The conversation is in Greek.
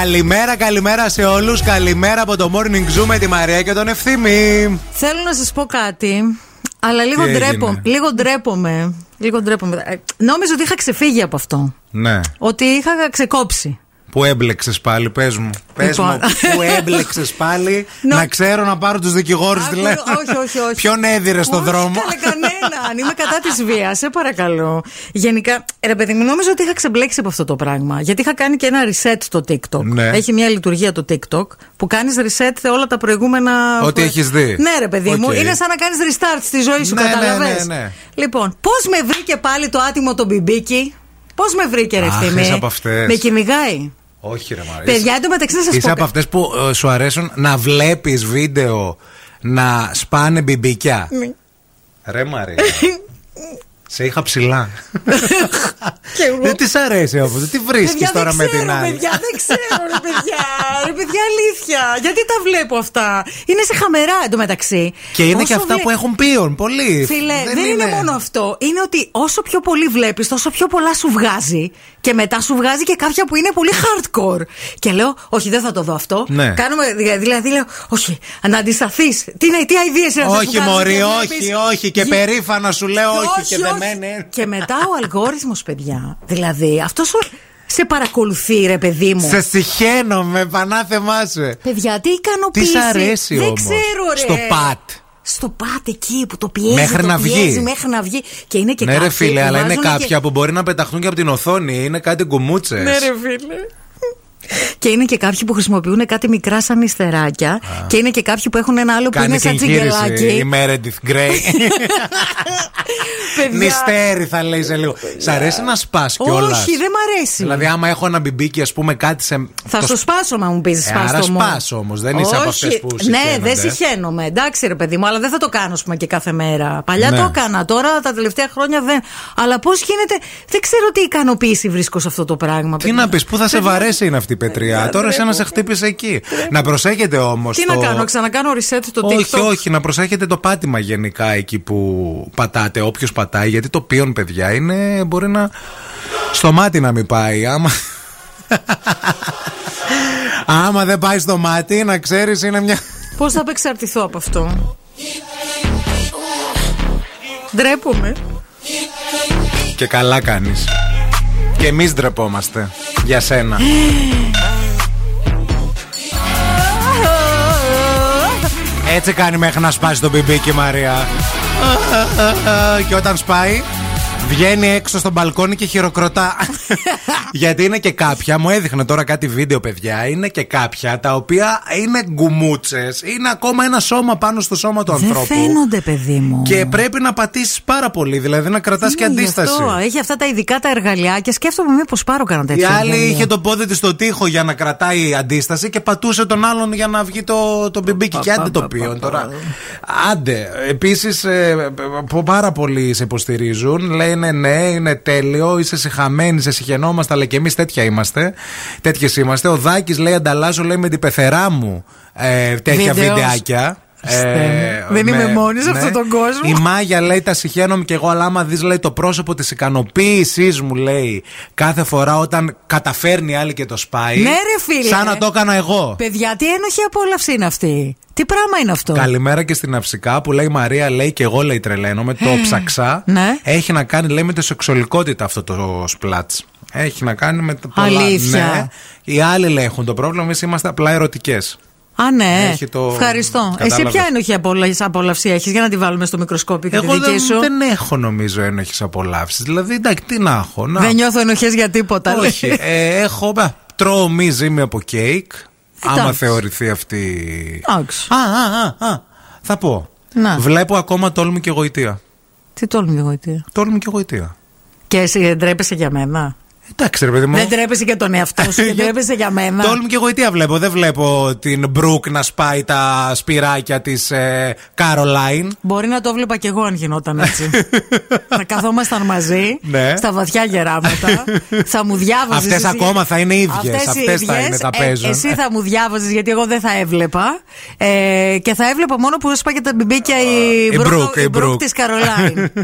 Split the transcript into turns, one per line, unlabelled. Καλημέρα, καλημέρα σε όλους. Καλημέρα από το Morning Zoo με τη Μαρία και τον Ευθύμη.
Θέλω να σας πω κάτι, αλλά λίγο,
Τι έγινε?
ντρέπο, λίγο ντρέπομαι. Λίγο ντρέπομαι. Ε, Νόμιζα ότι είχα ξεφύγει από αυτό.
Ναι.
Ότι είχα ξεκόψει.
Που έμπλεξες πάλι, πες μου. Πες
Λοιπόν.
μου, που έμπλεξες πάλι.
Νο-
να ξέρω να πάρω τους δικηγόρους
Άκου,
δηλαδή.
όχι, όχι, όχι.
Ποιον έδιρε στον
Όχι,
δρόμο.
καλέ, κανέναν. Είμαι κατά της βίας, σε παρακαλώ. Γενικά, ε, ρε παιδί μου, νόμιζα ότι είχα ξεμπλέξει από αυτό το πράγμα. Γιατί είχα κάνει και ένα reset το TikTok.
Ναι.
Έχει μια λειτουργία το TikTok που κάνεις reset όλα τα προηγούμενα.
Ό,τι έχεις δει.
Ναι, ρε παιδί μου.
Οκ.
Είναι σαν να κάνεις restart στη ζωή σου,
Ναι, ναι,
κατάλαβες.
ναι, ναι.
Λοιπόν, πώς με βρήκε πάλι το άτιμο το μπιμπίκι. Πώς με βρήκε, ρε
Αχ,
ευθύμη.
είσαι από αυτές.
Με κυνηγάει.
όχι, ρε Μαρία.
Παιδιά, εντωμεταξύ να σα πω.
Είσαι
κάτι.
από αυτές που ε, σου αρέσουν να βλέπεις βίντεο να σπάνε μπιμπικιά. Ρε Μαρία. Σε είχα ψηλά.
Κι εγώ.
Δεν της αρέσει όμω. Τι βρίσκεις
Παιδιά,
τώρα
δεν
με
ξέρω,
την άλλη.
Παιδιά, δεν ξέρω, ρε παιδιά. ρε παιδιά, αλήθεια. Γιατί τα βλέπω αυτά. Είναι σε χαμερά εντωμεταξύ.
Και είναι
Όσο
και αυτά
βλέ-
που έχουν πείον. Πολύ.
Φίλε, δεν, είναι... μόνο αυτό. Είναι ότι όσο πιο πολύ βλέπεις, τόσο πιο πολλά σου βγάζει. Και μετά σου βγάζει και κάποια που είναι πολύ hardcore. Και λέω, Όχι, δεν θα το δω αυτό.
Ναι.
Κάνουμε, δηλα- δηλαδή, λέω, Όχι, να αντισταθεί. Τι, είναι- τι ideas είναι αυτές που
Όχι,
κάνεις
Μωρή,
και
όχι,
βλέπεις.
όχι. Και
Γι-
περήφανα σου λέω όχι. Και δεμένη.
και μετά ο αλγόριθμος παιδιά. Δηλαδή, αυτός σε παρακολουθεί, ρε παιδί μου.
Σε συχαίνομαι, πανάθεμά σου.
Παιδιά, τι ικανοποίηση.
Τι σ' αρέσει
Δεν
όμως.
ξέρω, ρε.
Στο πατ.
Στο πατ εκεί που το πιέζει.
Μέχρι
το
να
πιέζει,
βγει.
Μέχρι να βγει. Και είναι και
Ναι, ρε
κάποιοι
φίλε,
που
αλλά είναι
βάζουνε
κάποια που μπορεί να πεταχτούν και από την οθόνη. Είναι κάτι γκουμούτσε.
Και... Ναι, ρε φίλε. Και είναι και κάποιοι που χρησιμοποιούν κάτι μικρά σαν υστεράκια. Και είναι και κάποιοι που έχουν ένα άλλο που
Κάνει
είναι
και
σαν
εγχείρηση η
τσιγκελάκι.
Meredith Grey.
Παιδιά,
Νηστέρι θα λέει σε λίγο. Σ' αρέσει να σπάς κιόλας.
Όχι, δεν μ' αρέσει.
Δηλαδή, άμα έχω ένα μπιμπίκι, ας πούμε, κάτι σε.
Θα
το
στο σπάσω, μα μου πεις
Ε,
σπάστο
άρα
μου.
σπάς όμως, δεν είσαι από αυτές που ε.
Ναι,
συχαίνονται.
δεν συχαίνομαι. Εντάξει, ρε παιδί μου, αλλά δεν θα το κάνω, ας πούμε, και κάθε μέρα. Παλιά
Ναι.
το έκανα, τώρα τα τελευταία χρόνια δεν. Αλλά πώς γίνεται. Δεν ξέρω τι ικανοποίηση βρίσκω σε αυτό το πράγμα.
Τι να πεις, πού θα σε βαρέσει είναι αυτή η πετριά. Τώρα εσένα σε χτύπησε εκεί. Να προσέχετε όμως.
Τι να κάνω, ξανακάνω reset το TikTok.
Όχι, όχι, να προσέχετε το πάτημα γενικά εκεί που πατάτε, όποιος πατάει, γιατί το ποιον, παιδιά, είναι. μπορεί να. στο μάτι να μην πάει. Άμα. άμα δεν πάει στο μάτι, να ξέρεις είναι μια.
Πώς θα απεξαρτηθώ από αυτό. Ντρέπομαι.
Και καλά κάνεις. Και εμείς ντρεπόμαστε για σένα. Έτσι κάνει μέχρι να σπάσει το μπιμπίκι Μαρία. και όταν σπάει, βγαίνει έξω στο μπαλκόνι και χειροκροτά. Γιατί είναι και κάποια, μου έδειχνε τώρα κάτι βίντεο, παιδιά. Είναι και κάποια τα οποία είναι γκουμούτσες. Είναι ακόμα ένα σώμα πάνω στο σώμα του
Δεν
ανθρώπου.
φαίνονται, παιδί μου.
Και πρέπει να πατήσεις πάρα πολύ, δηλαδή να κρατάς και
Ναι, γι'
αντίσταση.
αυτό. Έχει αυτά τα ειδικά τα εργαλεία και σκέφτομαι μήπως πάρω κανένα
Η
τέτοιο.
άλλη
εργαλείο.
είχε το πόδι της στο τοίχο για να κρατάει αντίσταση και πατούσε τον άλλον για να βγει το, το μπιμπίκι. Και άντε το ποιον τώρα. Άντε. Επίσης, πάρα πολλοί σε υποστηρίζουν. Λένε ναι, είναι τέλειο, είσαι συχαμένοι, σε συχαινόμαστε, αλλά και εμείς τέτοια είμαστε. Τέτοιες είμαστε. Ο Δάκης λέει: Ανταλλάζω, λέει με την πεθερά μου ε, τέτοια
Βίντεος.
βιντεάκια. Ε, ναι.
Χριστέ μου. Δεν είμαι μόνη σε αυτόν τον κόσμο.
Η Μάγια λέει τα συχαίνομαι και εγώ, αλλά άμα δεις λέει το πρόσωπο της ικανοποίησής μου, λέει κάθε φορά όταν καταφέρνει η άλλη και το σπάει.
Ναι, ρε, φίλε.
Σαν να το έκανα εγώ.
Παιδιά, τι ένοχη απόλαυση είναι αυτή. Τι πράγμα είναι αυτό.
Καλημέρα και στην Αυσικά που λέει η Μαρία, λέει και εγώ λέει τρελαίνομαι, το ψαξά.
Ε, ναι.
Έχει να κάνει λέει με τη σεξουαλικότητα αυτό το σπλάτ. Έχει να κάνει με τα πολλά.
Αλήθεια.
Ναι. Οι άλλοι λέει έχουν το πρόβλημα, εμείς είμαστε απλά ερωτικές.
Α, ναι.
Έχει το-
Ευχαριστώ. Εσύ
Κατάλαβες.
ποια ένοχη απόλα- απόλαυση έχεις για να τη βάλουμε στο μικροσκόπιο και τη
Εγώ
δική
δεν,
σου.
δεν έχω νομίζω ένοχες απολαύσεις. Δηλαδή εντάξει, τι να έχω. Να.
Δεν νιώθω ενοχές για τίποτα. λέει.
Όχι. ε, έχω. Μπα, τρώω μη ζύμη από κέικ. Άμα
Εντάξει.
θεωρηθεί αυτή.
Εντάξει.
Α, α, α, α. Θα πω.
Να.
Βλέπω ακόμα τόλμη και γοητεία.
Τι τόλμη εγώ τι.
Τόλμη και γοητεία.
Και εσύ ντρέπεσαι για μένα.
Εντάξει, ρε παιδί μου.
Δεν τρέπεσαι για τον εαυτό σου και τρέπεσαι για μένα.
Ναι. Τόλμη και γοητεία βλέπω. Δεν βλέπω την Μπρουκ να σπάει τα σπυράκια ε, τη Καρολάιν.
Μπορεί να το βλέπα κι εγώ αν γινόταν έτσι. θα καθόμασταν μαζί
Ναι.
στα βαθιά γεράματα. θα μου διάβαζες.
Αυτές ακόμα θα είναι ίδιες,
Αυτές, οι
αυτές θα είναι, τα
ε,
παίζουν.
εσύ θα μου διάβαζες γιατί εγώ δεν θα έβλεπα. Ε, και θα έβλεπα μόνο που έσπαγε τα μπιμπίκια η,
Η Brooke, η Brooke.
τη Καρολάιν.